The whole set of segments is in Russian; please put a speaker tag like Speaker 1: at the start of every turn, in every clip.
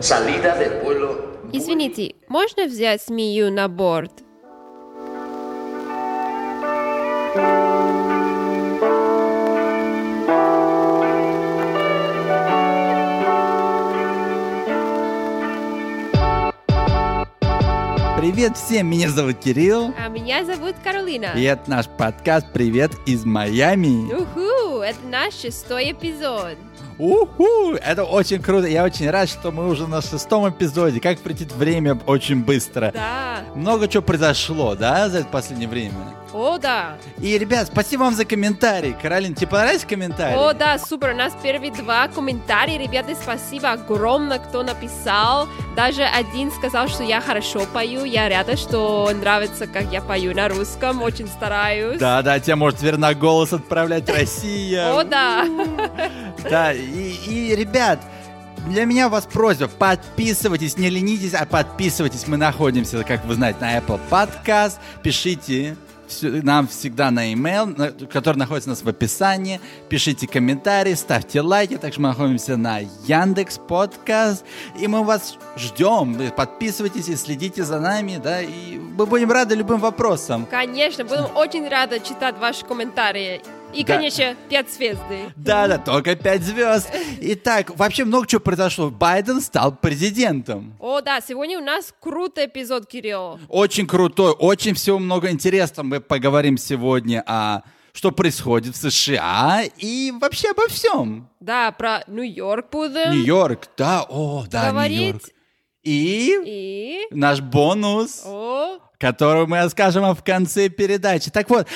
Speaker 1: Salida del vuelo.
Speaker 2: Извините, можно взять змею на борт?
Speaker 3: Привет всем, меня зовут Кирилл.
Speaker 2: А меня зовут Каролина.
Speaker 3: И это наш подкаст «Привет из Майами».
Speaker 2: Уху, это наш шестой эпизод.
Speaker 3: Уху! Это очень круто. Я очень рад, что мы уже на шестом эпизоде. Как прилетит время очень быстро.
Speaker 2: Да.
Speaker 3: Много чего произошло, да, за это последнее время.
Speaker 2: О, да.
Speaker 3: И, ребят, спасибо вам за комментарий. Каролин, тебе понравились комментарии?
Speaker 2: О, да, супер. У нас первые два комментария. Ребята, спасибо огромное, кто написал. Даже один сказал, что я хорошо пою. Я рада, что нравится, как я пою на русском. Очень стараюсь.
Speaker 3: Да, да, тебя может теперь на голос отправлять Россия.
Speaker 2: О, да.
Speaker 3: Да, и, и, ребят, для меня у вас просьба, подписывайтесь, не ленитесь, а подписывайтесь. Мы находимся, как вы знаете, на Apple Podcast. Пишите всё- нам всегда на email, на- который находится у нас в описании. Пишите комментарии, ставьте лайки. Также мы находимся на Яндекс Подкаст. И мы вас ждем. Вы Подписывайтесь и следите за нами, да, и мы будем рады любым вопросам.
Speaker 2: Конечно, будем очень рады читать ваши комментарии. И,
Speaker 3: Да.
Speaker 2: конечно, пять звезды.
Speaker 3: Да, да, только 5 звезд. Итак, вообще много чего произошло. Байден стал президентом.
Speaker 2: О, да, сегодня у нас крутой эпизод, Кирилл.
Speaker 3: Очень крутой, очень всего много интересного. Мы поговорим сегодня о что происходит в США и вообще обо всем.
Speaker 2: Да, про Нью-Йорк будем.
Speaker 3: Нью-Йорк, да, о, да,
Speaker 2: Говорить.
Speaker 3: Нью-Йорк. И
Speaker 2: И...
Speaker 3: наш бонус,
Speaker 2: О,
Speaker 3: который мы расскажем в конце передачи. Так вот,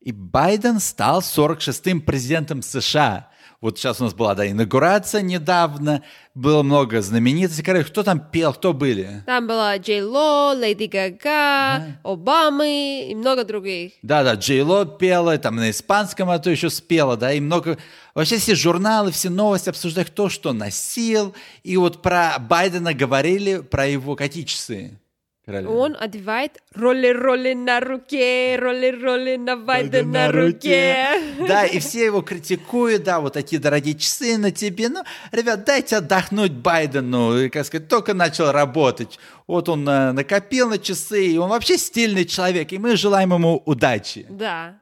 Speaker 3: и Байден стал 46-м президентом США. Вот сейчас у нас была, да, инаугурация недавно, было много знаменитостей. Короче, кто там пел, кто были?
Speaker 2: Там была Джей Ло, Леди Гага, Обамы и много других.
Speaker 3: Да-да, Джей Ло пела, там на испанском, а то еще спела, да, и много... Вообще все журналы, все новости обсуждают, кто что носил, и вот про Байдена говорили, про его какие часы? Каролина?
Speaker 2: Он одевает роли-роли на руке, роли-роли на Вайде на руке.
Speaker 3: Да, и все его критикуют, да, вот такие дорогие часы на тебе. Ну, ребят, дайте отдохнуть Байдену, И, как сказать, только начал работать. Вот он э, накопил на часы, и он вообще стильный человек, и мы желаем ему удачи.
Speaker 2: Да,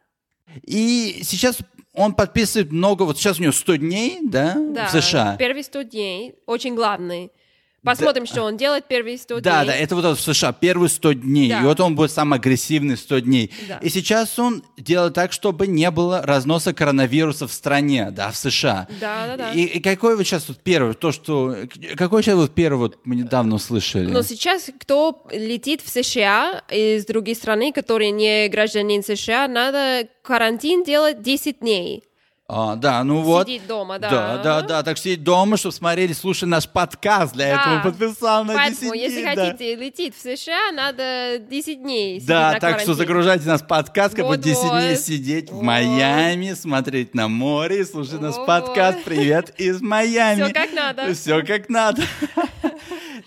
Speaker 3: И сейчас он подписывает много, вот сейчас у него 100 дней, да,
Speaker 2: да.
Speaker 3: в США.
Speaker 2: Первые 100 дней, очень главный. Посмотрим, что он делает первые 100
Speaker 3: Да,
Speaker 2: дней.
Speaker 3: да, это вот это в США первые 100 дней.
Speaker 2: Да.
Speaker 3: И вот он будет самый агрессивный 100 дней.
Speaker 2: Да.
Speaker 3: И сейчас он делает так, чтобы не было разноса коронавируса в стране, да, в США.
Speaker 2: Да, да, да.
Speaker 3: И, и какой вот сейчас вот первый, то, что... Какой сейчас вот первый вот мы недавно услышали?
Speaker 2: Но сейчас, кто летит в США из другой страны, который не гражданин США, надо карантин делать 10 дней.
Speaker 3: А, да, ну вот.
Speaker 2: Сидеть дома, да.
Speaker 3: Да, да, да. Так что сидеть дома, чтобы смотрели, слушали наш подкаст. Для
Speaker 2: Да.
Speaker 3: этого подписал на
Speaker 2: Поэтому,
Speaker 3: 10
Speaker 2: если
Speaker 3: дней, да.
Speaker 2: хотите лететь в США, надо 10 дней сидеть на
Speaker 3: Да, так
Speaker 2: карантине.
Speaker 3: что загружайте нас в подкаст, как бы
Speaker 2: Вот-вот.
Speaker 3: 10 дней сидеть в
Speaker 2: Вот.
Speaker 3: Майами, смотреть на море, и слушать нас
Speaker 2: Вот-вот.
Speaker 3: подкаст. Привет из Майами.
Speaker 2: Всё как надо.
Speaker 3: Все как надо.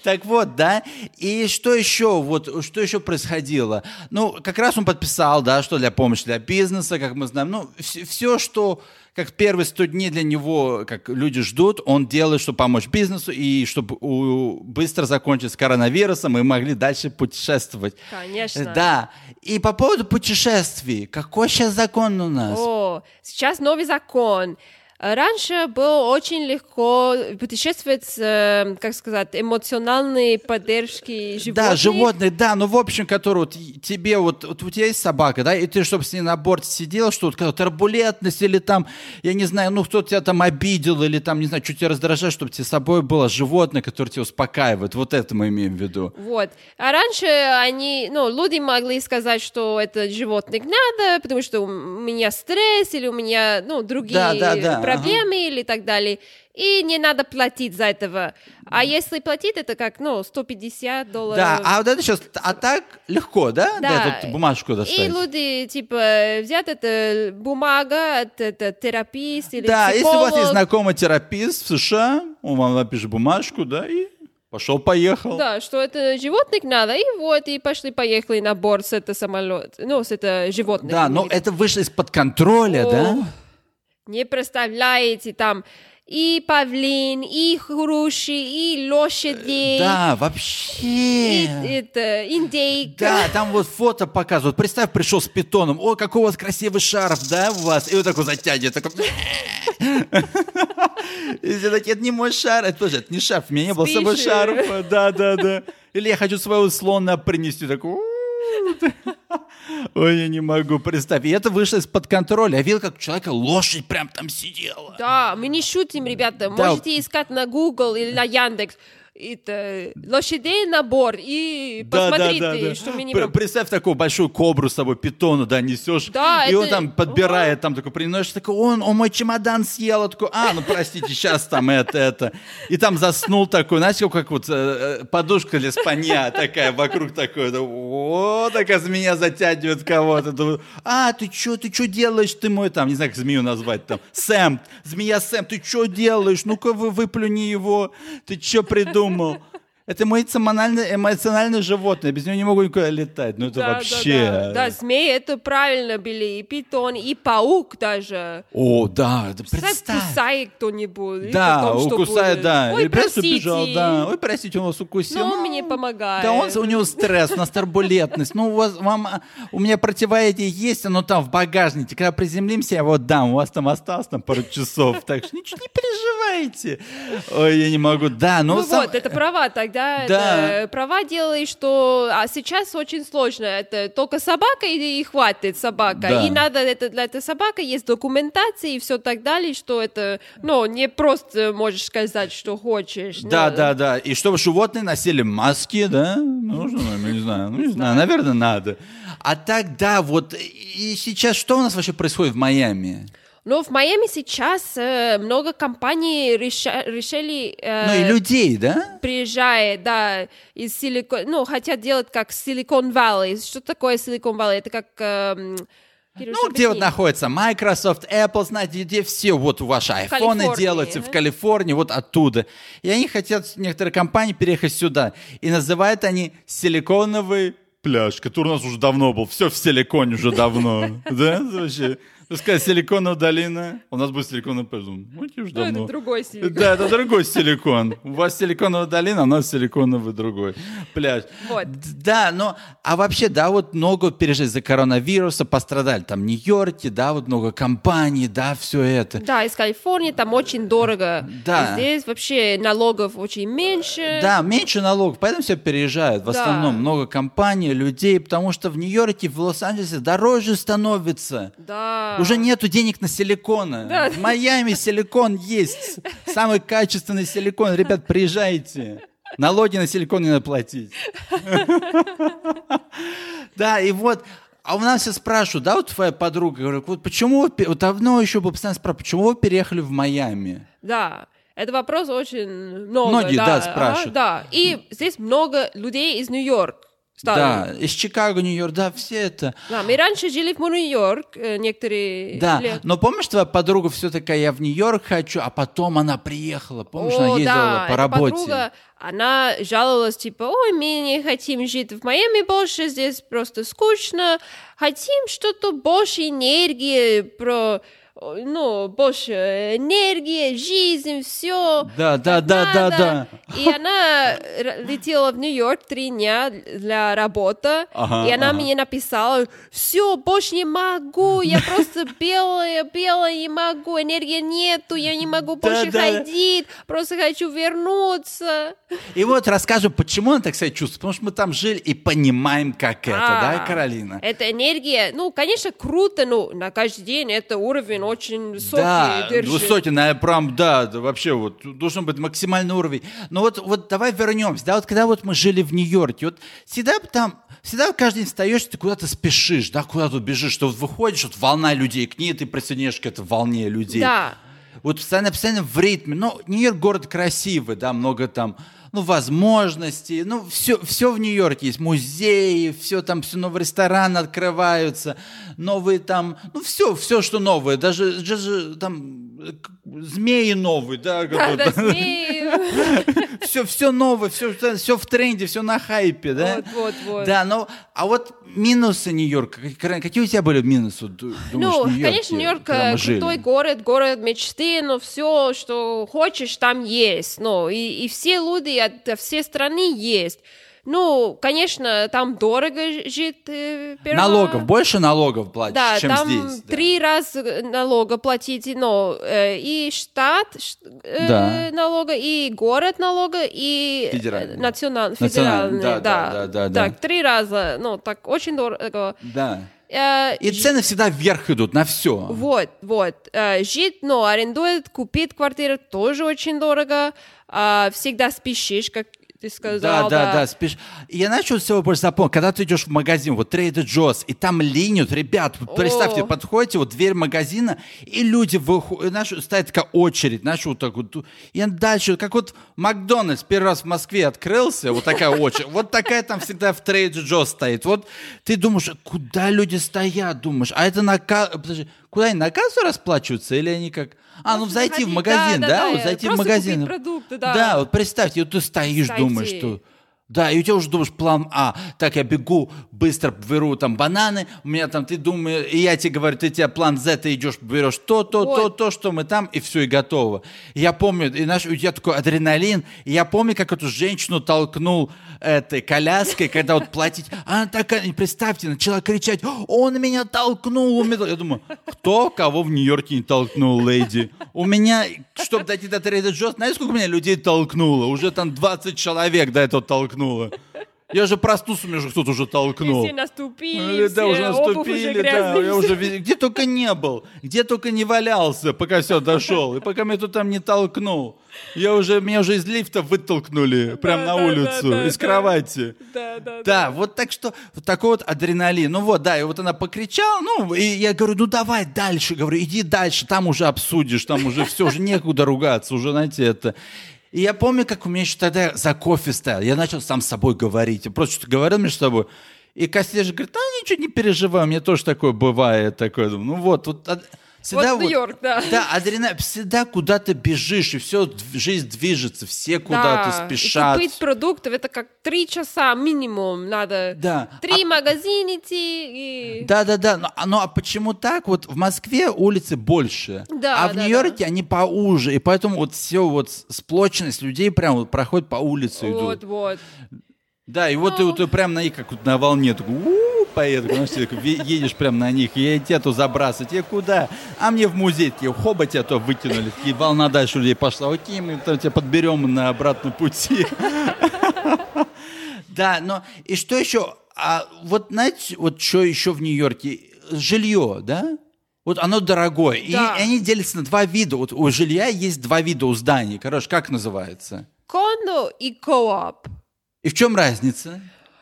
Speaker 3: Так вот, да. И что еще, вот, что еще происходило? Ну, как раз он подписал, да, что для помощи для бизнеса, как мы знаем, ну, все, что, как первые 100 дней для него, как люди ждут, он делает, чтобы помочь бизнесу и чтобы у- быстро закончить с коронавирусом, и могли дальше путешествовать. Э,
Speaker 2: Конечно.
Speaker 3: Да. А, И по поводу путешествий. Какой сейчас закон у нас?
Speaker 2: О, сейчас новый закон. Э, Раньше было очень легко путешествовать с, э, как сказать, эмоциональной поддержки животных.
Speaker 3: Да, животные, да, ну в общем, который вот и- тебе вот, вот у тебя есть собака, да, и ты, чтобы с ней на борт сидел, что вот какая-то турбулентность или там, я не знаю, ну кто тебя там обидел или там, не знаю, что тебя раздражает, чтобы тебе с собой было животное, которое тебя успокаивает, вот это мы имеем в виду.
Speaker 2: Вот. А раньше они, ну, люди могли сказать, что это животных надо, потому что у меня стресс или у меня, ну, другие
Speaker 3: Да, да, да,
Speaker 2: проблемы или так далее. И не надо платить за этого. А если платить, это как, ну, 150 долларов.
Speaker 3: Да, а вот это сейчас, а так легко, да,
Speaker 2: Да.
Speaker 3: да эту бумажку
Speaker 2: И
Speaker 3: достать?
Speaker 2: люди, типа, взят это бумага, это, это терапист или
Speaker 3: Да, если у
Speaker 2: психолог.
Speaker 3: вас есть знакомый терапевт в США, он вам напишет бумажку, да, и пошел-поехал.
Speaker 2: Да, что это животных надо, и вот, и пошли-поехали на борт с это самолет, ну, с это животных.
Speaker 3: Да, но это вышло из-под контроля,
Speaker 2: О,
Speaker 3: да?
Speaker 2: Не представляете, там и павлин, и хруши, и лошади,
Speaker 3: Э, Да,
Speaker 2: и,
Speaker 3: вообще.
Speaker 2: это, индейка.
Speaker 3: Да, там вот фото показывают. Представь, пришел с питоном. О, какой у вас красивый шарф, да, у вас? И вот такой затягивает, такой... И все такие, это не мой шарф. Это тоже, это не шарф, у меня не было с собой
Speaker 2: Спишь,
Speaker 3: шарфа. Да, да, да. Или я хочу своего слона принести, такой... Ой, я не могу, представь. И это вышло из-под контроля. Я видел, как у человека лошадь прям там сидела.
Speaker 2: Да, мы не шутим, ребята. Можете искать на Google или на Яндекс. Это лошадей набор и посмотрите, что мы не
Speaker 3: Пр- Представь такую большую кобру с собой, питона, да, несешь.
Speaker 2: Да,
Speaker 3: и
Speaker 2: это-
Speaker 3: он там подбирает, там такой приносишь, такой, он, он мой чемодан съел. Я Такой, а, ну простите, сейчас там это, это. И там заснул такой, знаете, как вот э, э, подушка для спанья такая, вокруг такой, да, о, такая змея затягивает кого-то. Думаю, А, ты чё, ты чё делаешь, ты мой, там, не знаю, как змею назвать, там, Сэм, змея Сэм, ты чё делаешь, ну-ка вы выплюни его, ты чё придумал? Это мое эмоциональное, эмоциональное животное, без него не могу никуда летать. Ну это
Speaker 2: Да, да,
Speaker 3: вообще.
Speaker 2: Да, да. змеи это правильно были, и питон, и паук даже.
Speaker 3: О, да, да
Speaker 2: Представь,
Speaker 3: представь.
Speaker 2: кусает кто-нибудь. и
Speaker 3: Да,
Speaker 2: потом что
Speaker 3: укусает,
Speaker 2: будет?
Speaker 3: да.
Speaker 2: Ой,
Speaker 3: Или просто
Speaker 2: простите.
Speaker 3: убежал, да. Ой, простите, он вас укусил.
Speaker 2: Но он мне помогает.
Speaker 3: Да он, у него стресс, у нас турбулентность. Ну, у вас, вам, а, у меня противоядие есть, оно там в багажнике. Когда приземлимся, я вот дам, у вас там осталось там пару часов. Так что ничего не переживайте. Ой, я не могу. Да, но
Speaker 2: Ну
Speaker 3: сам-
Speaker 2: вот, это права тогда,
Speaker 3: Да.
Speaker 2: это права делай, что... А сейчас очень сложно, это только собака и, и хватит собака,
Speaker 3: Да.
Speaker 2: и надо это, для этой собаки есть документация и все так далее, что это, ну, не просто можешь сказать, что хочешь.
Speaker 3: Да,
Speaker 2: Ну,
Speaker 3: да, да. И чтобы животные носили маски, да? Нужно, ну, не знаю, ну, не знаю, наверное, надо. А так, да, вот, и сейчас что у нас вообще происходит в Майами?
Speaker 2: Но в Майами сейчас э, много компаний реша- решили... э,
Speaker 3: Ну, и людей, да?
Speaker 2: приезжает, да, из Силикон... Ну, хотят делать как Силикон Valley. Что такое Силикон Valley? Это как... эм, Кирюш,
Speaker 3: Ну, где вот
Speaker 2: объясни.
Speaker 3: находится Microsoft, Apple, знаете, где все, вот ваши айфоны
Speaker 2: Калифорнии,
Speaker 3: делаются в
Speaker 2: да?
Speaker 3: Калифорнии, вот оттуда. И они хотят, некоторые компании, переехать сюда. И называют они силиконовый пляж, который у нас уже давно был. Все в силиконе уже давно. Да, вообще? Ну, сказать, силиконовая долина, у нас будет силиконовый пляж. Ну, окей, уже
Speaker 2: Ну, это
Speaker 3: давно.
Speaker 2: другой Силикон.
Speaker 3: Да, это другой силикон. У вас силиконовая долина, а у нас силиконовый другой пляж.
Speaker 2: Вот.
Speaker 3: Д- Да, но, а вообще, да, вот много пережили из-за коронавируса, пострадали там Нью-Йорке, да, вот много компаний, да, все это.
Speaker 2: Да, из Калифорнии там очень дорого.
Speaker 3: Да.
Speaker 2: Здесь вообще налогов очень меньше.
Speaker 3: Да, меньше налогов, поэтому все переезжают. В
Speaker 2: Да.
Speaker 3: основном много компаний, людей, потому что в Нью-Йорке, в Лос-Анджелесе дороже становится.
Speaker 2: Да.
Speaker 3: Уже нету денег на силикона.
Speaker 2: А. Да.
Speaker 3: В Майами силикон есть. Самый качественный силикон. Ребят, приезжайте. Налоги на силикон не надо платить. Да, и вот, а у нас все спрашивают, да, вот твоя подруга, говорю, вот почему, вы пе- вот давно еще бы постоянно спрашивают, почему вы переехали в Майами?
Speaker 2: Да. Это вопрос очень много.
Speaker 3: Многие, да,
Speaker 2: ага,
Speaker 3: спрашивают.
Speaker 2: да. И здесь много людей из Нью-Йорка. стало.
Speaker 3: Да, из Чикаго, Нью-Йорк, да, все это.
Speaker 2: Да, мы раньше жили в Нью-Йорк э, некоторые
Speaker 3: Да,
Speaker 2: лет.
Speaker 3: но помнишь, твоя подруга все такая, я в Нью-Йорк хочу, а потом она приехала, помнишь, она
Speaker 2: О,
Speaker 3: ездила
Speaker 2: да,
Speaker 3: по
Speaker 2: эта
Speaker 3: работе.
Speaker 2: подруга, она жаловалась, типа, ой, мы не хотим жить в Майами больше, здесь просто скучно, хотим что-то больше энергии, про, э, ну, больше энергии, жизнь, все.
Speaker 3: Да, да, да, да, да.
Speaker 2: И она р- летела в Нью-Йорк три дня для работы,
Speaker 3: Ага,
Speaker 2: и она
Speaker 3: ага.
Speaker 2: мне написала, все, больше не могу, я просто белая, белая, не могу, энергии нету, я не могу
Speaker 3: Да,
Speaker 2: больше
Speaker 3: да, да.
Speaker 2: ходить, просто хочу вернуться.
Speaker 3: И вот расскажем, почему она так себя чувствует. Потому что мы там жили и понимаем, как это,
Speaker 2: А,
Speaker 3: да, Каролина?
Speaker 2: Эта энергия, ну, конечно, круто, но на каждый день это уровень очень высокий.
Speaker 3: Да,
Speaker 2: держит.
Speaker 3: высокий, наверное, прям, да, да, вообще вот должен быть максимальный уровень. Но вот, вот давай вернемся, да, вот когда вот мы жили в Нью-Йорке, вот всегда там, всегда каждый день встаешь, ты куда-то спешишь, да, куда-то бежишь, ты вот выходишь, вот волна людей к ней, ты присоединяешься к этой волне людей.
Speaker 2: Да.
Speaker 3: Вот постоянно, постоянно в ритме. Ну, Нью-Йорк город красивый, да, много там, ну, возможностей. Ну, все, все в Нью-Йорке есть. Музеи, все там, все новые рестораны открываются, новые там, ну, все, все, что новое. Даже, даже там змеи новые, да?
Speaker 2: Да, да, змеи.
Speaker 3: все, все новое, все, все в тренде, все на хайпе, да?
Speaker 2: Вот, вот, вот.
Speaker 3: Да, но, а вот минусы Нью-Йорка, какие какие у тебя были минусы, ду- думаешь,
Speaker 2: Ну,
Speaker 3: в Нью-Йорке,
Speaker 2: конечно, Нью-Йорк
Speaker 3: когда
Speaker 2: э,
Speaker 3: мы жили?
Speaker 2: крутой город, город мечты, но все, что хочешь, там есть. Ну, и, и все люди от всей страны есть. Ну, конечно, там дорого ж- жить. э, перво-
Speaker 3: Налогов, больше налогов платишь,
Speaker 2: Да,
Speaker 3: А чем
Speaker 2: там
Speaker 3: здесь. да.
Speaker 2: три раза э, налога платить, но э, и штат ш- э,
Speaker 3: Да.
Speaker 2: налога, и город налога, и э,
Speaker 3: Федеральный.
Speaker 2: национал-
Speaker 3: Национальный,
Speaker 2: федеральный,
Speaker 3: да,
Speaker 2: да,
Speaker 3: да, да, да, да.
Speaker 2: Так, три раза, ну, так очень дорого.
Speaker 3: Да.
Speaker 2: Э,
Speaker 3: И цены всегда вверх идут на все.
Speaker 2: Вот, вот. Э, Жить, но арендует, купить квартиру тоже очень дорого. А, Всегда спешишь, как ты
Speaker 3: Да,
Speaker 2: сказал.
Speaker 3: да, да, спишь. И я начал с всего больше запомнил, когда ты идешь в магазин, вот Trader Joe's, и там линют, ребят, вот представьте,
Speaker 2: О.
Speaker 3: подходите, вот дверь магазина, и люди выходят, нашу, стоит такая очередь, нашу вот так вот, и дальше, как вот Макдональдс первый раз в Москве открылся, вот такая очередь, вот такая там всегда в Trader Joe's стоит, вот ты думаешь, а куда люди стоят, думаешь, а это на ка- подожди, куда они, на кассу расплачиваются, или они как... А, ну
Speaker 2: Просто
Speaker 3: зайти в
Speaker 2: заходить,
Speaker 3: магазин,
Speaker 2: да,
Speaker 3: да,
Speaker 2: да, да,
Speaker 3: вот зайти в
Speaker 2: просто
Speaker 3: магазин.
Speaker 2: купить продукты, да.
Speaker 3: Да, вот представьте, вот ты стоишь,
Speaker 2: Сойти.
Speaker 3: думаешь, что... Да, и у тебя уже думаешь план А. Так, я бегу, быстро беру там бананы, у меня там, ты думаешь, и я тебе говорю, ты тебя план З, ты идешь, берешь то, то, то,
Speaker 2: Вот.
Speaker 3: то, что мы там, и все, и готово. Я помню, и наш, у тебя такой адреналин, и я помню, как эту женщину толкнул этой коляской, когда вот платить, она такая, и представьте, начала кричать, он меня толкнул, он меня тол-». Я думаю, кто кого в Нью-Йорке не толкнул, леди? У меня, чтобы дойти до Трейда Джо, знаешь, сколько меня людей толкнуло? Уже там 20 человек до этого толкнуло. Я же простусь, у меня же кто-то уже толкнул.
Speaker 2: Все наступили,
Speaker 3: Или, ну. Э, да, уже наступили, да, я уже
Speaker 2: уже
Speaker 3: везде- где только не был, где только не валялся, пока все дошел, и пока меня тут там не толкнул. Я уже, меня уже из лифта вытолкнули прям
Speaker 2: Да,
Speaker 3: на
Speaker 2: да, да,
Speaker 3: улицу,
Speaker 2: да,
Speaker 3: из
Speaker 2: да.
Speaker 3: кровати.
Speaker 2: Да, да, да.
Speaker 3: Да, вот так что, вот такой вот адреналин. Ну вот, да, и вот она покричала, ну, и я говорю, ну давай дальше, говорю, иди дальше, там уже обсудишь, там уже все, уже некуда ругаться, уже, знаете, это... И я помню, как у меня еще тогда за кофе стоял, я начал сам с собой говорить, я просто что-то говорил между собой, и кассир же говорит, да, ничего не переживай, мне тоже такое бывает, такое, Думаю, ну вот, вот... а- всегда
Speaker 2: Нью-Йорк, да.
Speaker 3: Да, адреналин, всегда куда ты бежишь, и все, жизнь движется, все куда-то
Speaker 2: Да, и
Speaker 3: спешат.
Speaker 2: купить продуктов, это как три часа минимум надо.
Speaker 3: Да. А
Speaker 2: Три магазина идти и...
Speaker 3: Да, да, да. Ну, а- ну а почему так? Вот в Москве улицы больше,
Speaker 2: Да,
Speaker 3: а в
Speaker 2: да,
Speaker 3: Нью-Йорке они поуже, и поэтому вот все вот с- сплоченность людей прям вот проходит по улице
Speaker 2: Вот,
Speaker 3: идут.
Speaker 2: вот.
Speaker 3: Да, и вот ты вот прям на них как вот на волне такой «У-у-у», поеду, потому что ты такой ве- едешь прям на них, и я тебя то забрасываю, тебе куда? А мне в музей, тебе хоба тебя то вытянули, и волна дальше людей пошла, окей, мы там тебя подберем на обратном пути. Да, но и что еще? А вот знаете, вот что еще в Нью-Йорке? Жилье, да? Вот оно дорогое. И
Speaker 2: Да.
Speaker 3: они делятся на два вида. Вот у жилья есть два вида у зданий. Короче, как называется?
Speaker 2: Кондо и кооп.
Speaker 3: И в чем разница?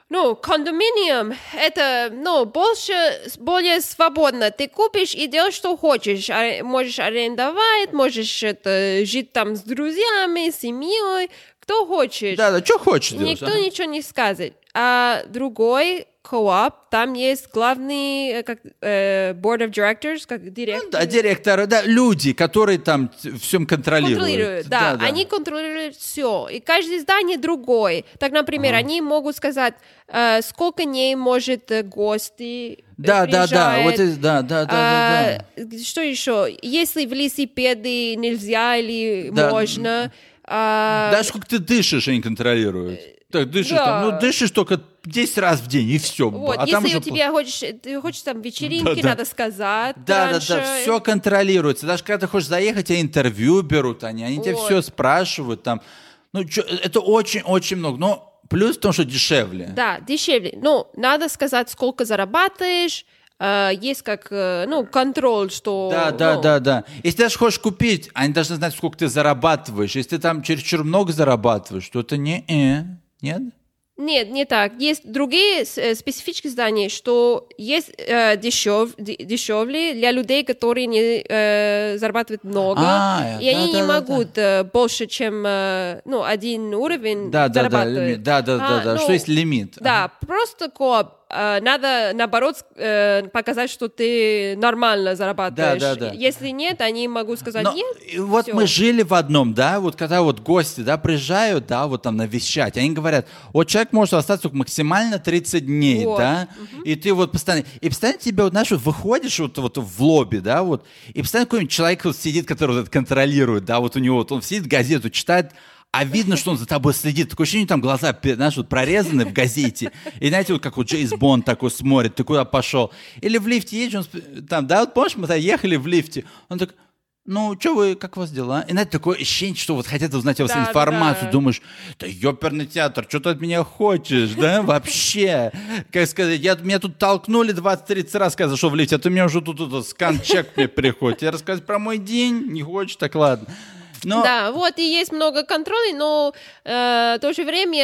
Speaker 2: Ну, кондоминиум — это, ну, больше, более свободно. Ты купишь и делаешь, что хочешь. Аре- можешь арендовать, можешь это, жить там с друзьями, с семьей, кто хочешь.
Speaker 3: Да, да, что хочешь делать? а?
Speaker 2: Никто
Speaker 3: ага.
Speaker 2: ничего не скажет. А другой коап, там есть главный э, как, э, board of directors, как директор.
Speaker 3: Ну Да, директоры, да, люди, которые там всем контролируют.
Speaker 2: контролируют, да, они контролируют все, и каждое здание другое. Так, например, они могут сказать, э, сколько дней может э, гости э,
Speaker 3: Да, да, да, вот,
Speaker 2: приезжают.
Speaker 3: и- да, да, да, да, да.
Speaker 2: А, Что еще? Если велосипеды нельзя или
Speaker 3: Да.
Speaker 2: можно? а, э,
Speaker 3: Даже сколько ты дышишь, они контролируют. Так, дышишь
Speaker 2: да.
Speaker 3: там, ну, дышишь только 10 раз в день, и все.
Speaker 2: вот,
Speaker 3: а
Speaker 2: если
Speaker 3: там
Speaker 2: у
Speaker 3: уже...
Speaker 2: тебя хочешь, ты хочешь там вечеринки,
Speaker 3: Да, да.
Speaker 2: надо сказать.
Speaker 3: Да, да,
Speaker 2: раньше.
Speaker 3: да, все контролируется. Даже когда ты хочешь заехать, тебя интервью берут, они, они тебя
Speaker 2: Вот.
Speaker 3: все спрашивают там. Ну, чё, это очень-очень много. Но плюс в том, что дешевле.
Speaker 2: Да, дешевле. Ну, надо сказать, сколько зарабатываешь. э, есть как, э, ну, контроль, что...
Speaker 3: Да, да,
Speaker 2: ну,
Speaker 3: да, да. Если ты даже хочешь купить, они должны знать, сколько ты зарабатываешь. Если ты там чересчур много зарабатываешь, то это не э, нет?
Speaker 2: ну, Нет, не так. Есть другие с- э, специфические здания, что есть э, дешев, де- дешевле для людей, которые не э, зарабатывают много,
Speaker 3: А,
Speaker 2: и
Speaker 3: да,
Speaker 2: они
Speaker 3: да,
Speaker 2: не
Speaker 3: да,
Speaker 2: могут э, больше, чем э, ну, один уровень
Speaker 3: Да, да, да,
Speaker 2: зарабатывать.
Speaker 3: лимит. да, да, да,
Speaker 2: А,
Speaker 3: да.
Speaker 2: ну,
Speaker 3: Что есть лимит?
Speaker 2: Да, просто кооп э, надо, наоборот, э, показать, что ты нормально зарабатываешь.
Speaker 3: Да, да, да.
Speaker 2: Если нет, они могут сказать
Speaker 3: Но,
Speaker 2: нет.
Speaker 3: и вот
Speaker 2: всё.
Speaker 3: мы жили в одном, да, вот когда вот гости, да, приезжают, да, вот там навещать, они говорят, вот человек может остаться только максимально 30 дней,
Speaker 2: Вот.
Speaker 3: да, и ты вот постоянно, и постоянно тебе вот, знаешь, вот выходишь вот, вот в лобби, да, вот, и постоянно какой-нибудь человек вот сидит, который вот это контролирует, да, вот у него, вот он сидит, газету читает, а видно, что он за тобой следит. Такое ощущение, там глаза, пе- знаешь, вот прорезаны в газете. И знаете, вот как вот Джейс Бонд такой смотрит, ты куда пошел? Или в лифте едешь, он сп- там, да, вот помнишь, мы тогда ехали в лифте, он так, ну, что вы, как у вас дела? И знаете, такое ощущение, что вот хотят узнать у вас
Speaker 2: Да, да,
Speaker 3: информацию.
Speaker 2: да.
Speaker 3: Думаешь, да ёперный театр, что ты от меня хочешь, да, вообще? Как сказать, я, меня тут толкнули 20-30 раз, когда зашел в лифте, а ты меня уже тут, тут скан-чек мне приходит. Я рассказать про мой день, не хочешь, так ладно. Но
Speaker 2: Да, вот и есть много контролей, но э, в то же время,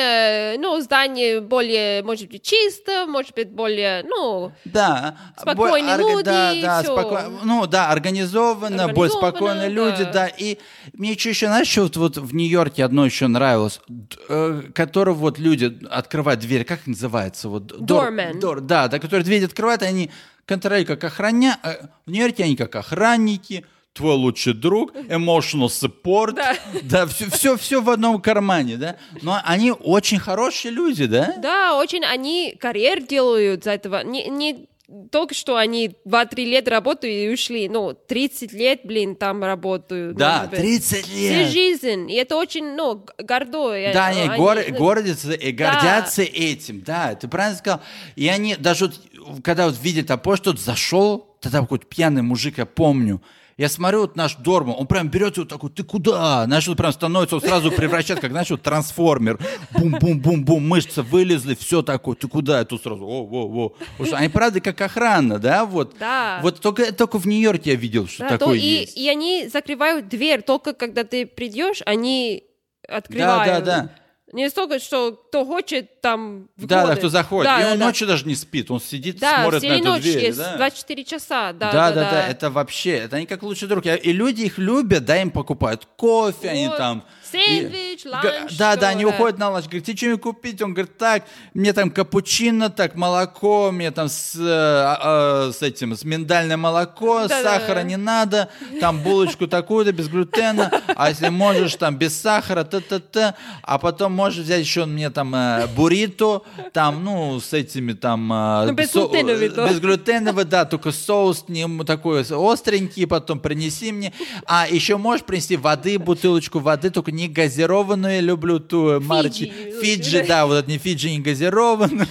Speaker 2: э, ну, здание более, может быть, чисто, может быть, более, ну,
Speaker 3: Да.
Speaker 2: Спокойные
Speaker 3: Бо- орга- да,
Speaker 2: люди,
Speaker 3: да,
Speaker 2: всё.
Speaker 3: споко- Ну да, организованно, более
Speaker 2: Организованно,
Speaker 3: спокойные люди,
Speaker 2: да.
Speaker 3: да. И мне еще, еще знаешь, что вот, вот в Нью-Йорке одно еще нравилось, д- э, которого вот люди открывают дверь, как это называется? Вот, дор-
Speaker 2: Doorman.
Speaker 3: дор- да, да, которые дверь открывают, и они контролируют как охраня... э, В Нью-Йорке они как охранники, твой лучший друг, emotional support,
Speaker 2: Да.
Speaker 3: да, все, все, все в одном кармане, да. Но они очень хорошие люди, да?
Speaker 2: да, очень они карьер делают за этого, не, не только что они 2-3 лет работают и ушли, ну, 30 лет, блин, там работают.
Speaker 3: Да,
Speaker 2: может быть.
Speaker 3: 30
Speaker 2: Всю
Speaker 3: лет.
Speaker 2: жизнь, и это очень, ну, г- гордо. э,
Speaker 3: Да, они, гор-
Speaker 2: ну,
Speaker 3: гордятся и
Speaker 2: Да.
Speaker 3: гордятся этим, да, ты правильно сказал. И они даже, вот, когда вот видят Апо, что зашел, тогда какой-то пьяный мужик, я помню, я смотрю, вот наш Дорма, он прям берет его такой, ты куда? Знаешь, вот прям становится, он сразу превращает, как, знаешь, вот трансформер. Бум-бум-бум-бум, мышцы вылезли, все такое, ты куда? И тут сразу, о-о-о. Потому что Они, правда, как охрана, да, вот.
Speaker 2: Да.
Speaker 3: Вот только, только в Нью-Йорке я видел, что
Speaker 2: да, то
Speaker 3: такое
Speaker 2: и,
Speaker 3: есть.
Speaker 2: и они закрывают дверь, только когда ты придешь, они
Speaker 3: Да,
Speaker 2: открывают.
Speaker 3: да, да.
Speaker 2: Не столько, что кто хочет, там... в
Speaker 3: Да, да,
Speaker 2: годы.
Speaker 3: кто заходит.
Speaker 2: Да,
Speaker 3: и
Speaker 2: да,
Speaker 3: он
Speaker 2: да.
Speaker 3: ночью даже не спит, он сидит,
Speaker 2: Да,
Speaker 3: смотрит
Speaker 2: все
Speaker 3: на эту
Speaker 2: ночь
Speaker 3: дверь.
Speaker 2: есть,
Speaker 3: да.
Speaker 2: 24 часа, да,
Speaker 3: да, да, да, это вообще, это они как лучший друг. Я- И люди их любят, да, им покупают кофе, они
Speaker 2: Вот.
Speaker 3: там.
Speaker 2: Сэндвич,
Speaker 3: и-
Speaker 2: ланч,
Speaker 3: Г- Да,
Speaker 2: всё,
Speaker 3: да, они
Speaker 2: да.
Speaker 3: уходят на ланч, говорят, тебе что мне купить? Он говорит, так, мне там капучино, так, молоко, мне там с, э, а, э, с этим, с миндальное молоко,
Speaker 2: Да-да.
Speaker 3: сахара не надо, там булочку такую-то, без глютена, а если можешь, там, без сахара, т-т-т, а потом можешь взять еще мне там э, буррито, там, ну, с этими там... э,
Speaker 2: Ну, без
Speaker 3: со-
Speaker 2: глютеновый, да.
Speaker 3: без глютеновый, да, только соус не м- такой остренький, потом принеси мне. А еще можешь принести воды, бутылочку воды, только не газированную, я люблю ту э, марочи. Фиджи, да, вот это не фиджи, не газированную.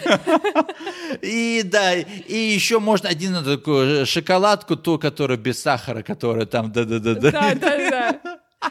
Speaker 3: И да, и еще можно один вот такую э, шоколадку, ту, которая без сахара, которая там, да-да-да-да.
Speaker 2: Да, да, да.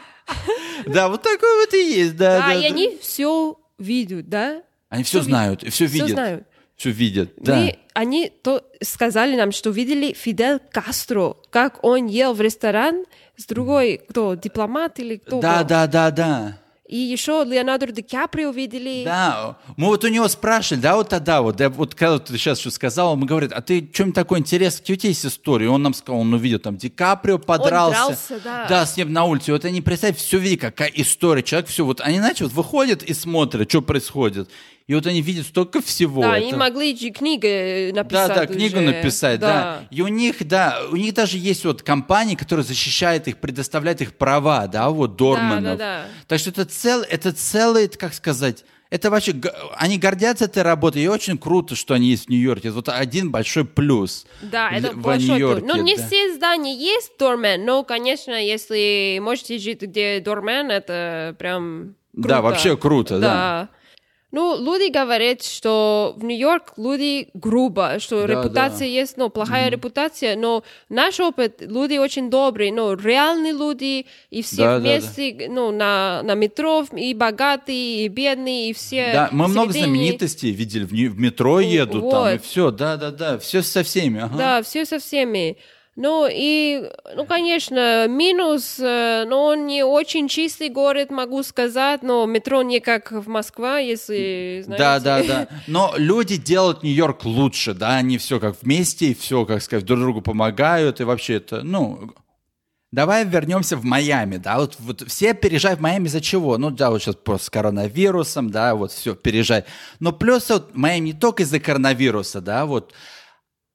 Speaker 3: Да, вот такой вот и есть,
Speaker 2: Да,
Speaker 3: да. да,
Speaker 2: А, и
Speaker 3: да.
Speaker 2: они все видят, да?
Speaker 3: Они все
Speaker 2: всё ви-
Speaker 3: знают, и все
Speaker 2: всё
Speaker 3: видят.
Speaker 2: знают.
Speaker 3: Все видят, да.
Speaker 2: Мы- они то сказали нам, что видели Фидель Кастро, как он ел в ресторан с другой, кто, дипломат или кто
Speaker 3: Да,
Speaker 2: был.
Speaker 3: да, да, да.
Speaker 2: И еще Леонардо Ди Каприо видели.
Speaker 3: Да, мы вот у него спрашивали, да, вот тогда вот, да, вот когда ты сейчас что сказал, мы говорит, а ты чем такой интересный, какие у тебя есть истории? Он нам сказал, он увидел там Ди Каприо подрался.
Speaker 2: дрался, да.
Speaker 3: с ним на улице. Вот они, представь, все видят, какая история. Человек все, вот они, знаете, вот выходят и смотрят, что происходит. И вот они видят столько всего.
Speaker 2: Да,
Speaker 3: Это-
Speaker 2: они могли же книги э,
Speaker 3: да,
Speaker 2: написать.
Speaker 3: да, книгу
Speaker 2: уже.
Speaker 3: написать, да. И у них, да, у них даже есть вот компании, которые защищают их, предоставляют их права, да, вот Дорманов.
Speaker 2: да.
Speaker 3: Так что это цел, это целый, это как сказать, это вообще, г- они гордятся этой работой, и очень круто, что они есть в Нью-Йорке. Это вот один большой плюс.
Speaker 2: Да,
Speaker 3: в-
Speaker 2: это
Speaker 3: во
Speaker 2: большой тур.
Speaker 3: Нью-Йорке,
Speaker 2: Ну, не
Speaker 3: да.
Speaker 2: все здания есть дормен, но, конечно, если можете жить, где дормен, это прям круто.
Speaker 3: Да, вообще круто, да.
Speaker 2: Ну, люди говорят, что в Нью-Йорк люди грубо, что
Speaker 3: Да,
Speaker 2: репутация
Speaker 3: да.
Speaker 2: есть, ну, плохая репутация, но наш опыт, люди очень добрые, но реальные люди, и все
Speaker 3: Да, да, да.
Speaker 2: вместе, ну, на, на метро, и богатые, и бедные, и все
Speaker 3: Да, мы много
Speaker 2: середине.
Speaker 3: знаменитостей видели, в, Нью- в метро едут там, и
Speaker 2: вот.
Speaker 3: все, да-да-да, все со всеми, ага.
Speaker 2: Да, все со всеми. Ну и, ну, конечно, минус, э, но он не очень чистый город, могу сказать, но метро не как в Москве, если знаете.
Speaker 3: Да, да, да. Но люди делают Нью-Йорк лучше, да, они все как вместе, и все, как сказать, друг другу помогают, и вообще это, ну, Давай вернемся в Майами, да, вот, вот все переезжают в Майами за чего? Ну да, вот сейчас просто с коронавирусом, да, вот все, переезжай. Но плюс вот Майами не только из-за коронавируса, да, вот.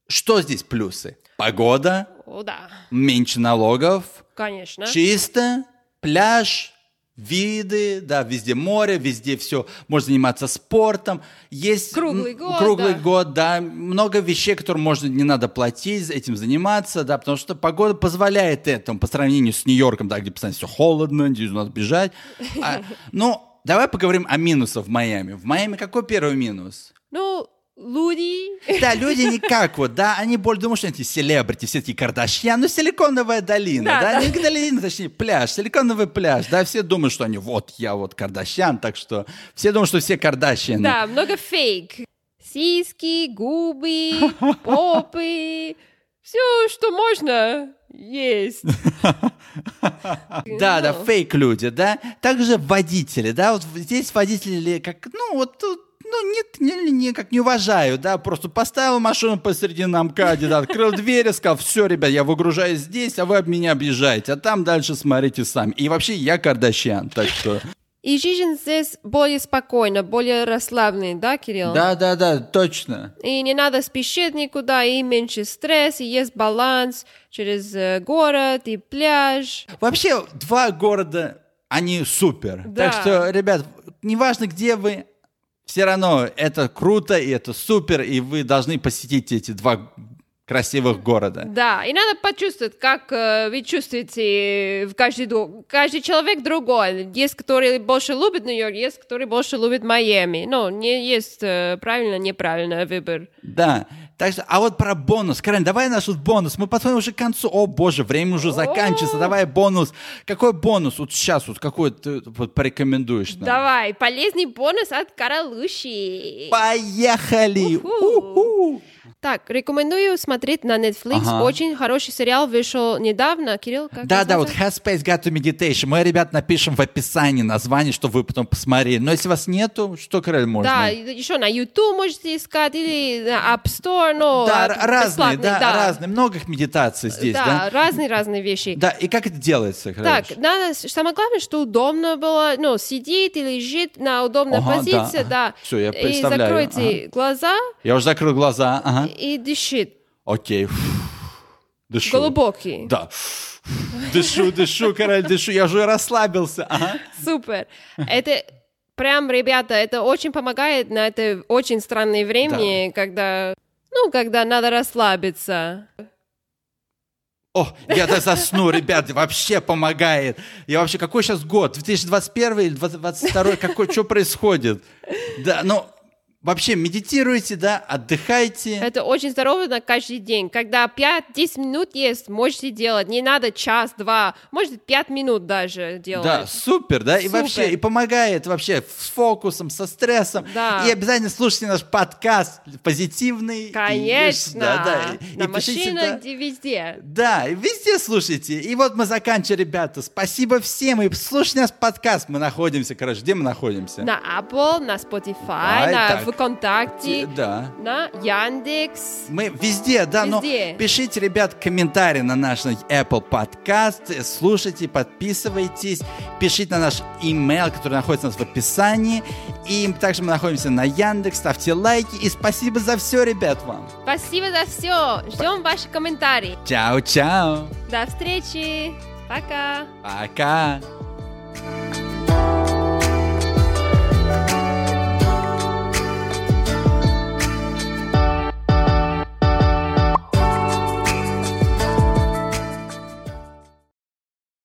Speaker 3: Что здесь плюсы? Погода,
Speaker 2: О, да,
Speaker 3: меньше налогов,
Speaker 2: конечно.
Speaker 3: чисто, пляж, виды, да, везде море, везде все, можно заниматься спортом, есть
Speaker 2: Круглый
Speaker 3: м,
Speaker 2: год,
Speaker 3: круглый
Speaker 2: да.
Speaker 3: год, да, много вещей, которые можно не надо платить, этим заниматься, да, потому что погода позволяет этому по сравнению с Нью-Йорком, да, где постоянно все холодно, где надо бежать. А, ну, давай поговорим о минусах в Майами. В Майами какой первый минус?
Speaker 2: Ну, люди,
Speaker 3: Да, люди никак вот, да, они больше думают, что они селебрити, все такие Кардашьян, ну, силиконовая долина,
Speaker 2: Да,
Speaker 3: да,
Speaker 2: да.
Speaker 3: не долина, точнее, пляж, силиконовый пляж, да, все думают, что они, вот, я вот Кардашьян, так что все думают, что все Кардашьяны.
Speaker 2: да, много фейк. Сиськи, губы, попы, все, что можно есть.
Speaker 3: Да, да,
Speaker 2: Ну.
Speaker 3: фейк люди, да. Также водители, да, вот здесь водители как, ну вот тут, ну нет, не, не, как не уважаю, да, просто поставил машину посреди намкади, да, открыл двери, сказал, все, ребят, я выгружаюсь здесь, а вы об меня объезжаете, а там дальше смотрите сами. И вообще я Кардашьян, так что...
Speaker 2: И жизнь здесь более спокойно, более расслабленная, да, Кирилл?
Speaker 3: Да, да, да, точно.
Speaker 2: И не надо спешить никуда, и меньше стресс, и есть баланс через э, город и пляж.
Speaker 3: Вообще, два города, они супер.
Speaker 2: Да.
Speaker 3: Так что, ребят, неважно, где вы, все равно это круто, и это супер, и вы должны посетить эти два красивых города.
Speaker 2: Да, и надо почувствовать, как э, вы чувствуете э, в каждый, друг- каждый человек другой. Есть, которые больше любят Нью-Йорк, есть, которые больше любят Майами. Ну, не есть э, правильно, неправильно выбор.
Speaker 3: Да. Так что, а вот про бонус. Карен, давай наш вот бонус. Мы подходим уже к концу. О, боже, время уже заканчивается. Давай бонус. Какой бонус? Вот сейчас вот какой ты вот порекомендуешь нам?
Speaker 2: Давай, полезный бонус от Каралуши.
Speaker 3: Поехали!
Speaker 2: Уху!
Speaker 3: Уху!
Speaker 2: Так, рекомендую смотреть на Netflix.
Speaker 3: Ага.
Speaker 2: Очень хороший сериал вышел недавно. Кирилл, как
Speaker 3: Да,
Speaker 2: его
Speaker 3: да, вот
Speaker 2: зовут?
Speaker 3: Has Space Guide to Meditation. Мы, ребят, напишем в описании название, чтобы вы потом посмотрели. Но если вас нету, что крыль можно?
Speaker 2: Да, еще на YouTube можете искать или на App Store, но
Speaker 3: Да,
Speaker 2: а,
Speaker 3: р- разные,
Speaker 2: бесплатный,
Speaker 3: да, разные. Много их медитаций здесь,
Speaker 2: Да,
Speaker 3: да?
Speaker 2: разные-разные вещи.
Speaker 3: Да, и как это делается, Карен?
Speaker 2: Так, надо, с- самое главное, что удобно было, ну, сидеть или лежит на удобной
Speaker 3: Ага,
Speaker 2: позиции,
Speaker 3: да.
Speaker 2: да.
Speaker 3: Всё, я представляю,
Speaker 2: И закройте глаза
Speaker 3: Я уже закрыл глаза, ага.
Speaker 2: и дышит.
Speaker 3: Окей. Фу. Дышу.
Speaker 2: Глубокий.
Speaker 3: Да. Фу. Дышу, дышу, король, дышу. Я уже расслабился. Ага.
Speaker 2: Супер. Это прям, ребята, это очень помогает на это очень странное время, когда, ну, когда надо расслабиться.
Speaker 3: О, я да засну, ребят, вообще помогает. Я вообще, какой сейчас год? 2021 или 2022? Какой, что происходит? Да, ну, вообще медитируйте, да, отдыхайте.
Speaker 2: Это очень здорово на каждый день. Когда 5-10 минут есть, можете делать. Не надо час-два, может, 5 минут даже делать.
Speaker 3: Да, супер, да, и
Speaker 2: Супер.
Speaker 3: вообще, и помогает вообще с фокусом, со стрессом.
Speaker 2: Да.
Speaker 3: И обязательно слушайте наш подкаст позитивный. и-
Speaker 2: Конечно.
Speaker 3: да, да, и-
Speaker 2: на
Speaker 3: и пишите,
Speaker 2: машинах,
Speaker 3: да.
Speaker 2: где везде.
Speaker 3: Да, и везде слушайте. И вот мы заканчиваем, ребята. Спасибо всем. И слушайте наш подкаст. Мы находимся, короче, где мы находимся?
Speaker 2: На Apple, на Spotify,
Speaker 3: Ай,
Speaker 2: на
Speaker 3: так. Э,
Speaker 2: ВКонтакте,
Speaker 3: Да.
Speaker 2: на Яндекс.
Speaker 3: Мы везде, да,
Speaker 2: Везде.
Speaker 3: но пишите, ребят, комментарии на наш Apple подкаст, слушайте, подписывайтесь, пишите на наш email, который находится у нас в описании, и также мы находимся на Яндекс, ставьте лайки, и спасибо за все, ребят, вам.
Speaker 2: Спасибо за все. Ждем ваши комментарии.
Speaker 3: Чао-чао,
Speaker 2: До встречи. Пока.
Speaker 3: пока.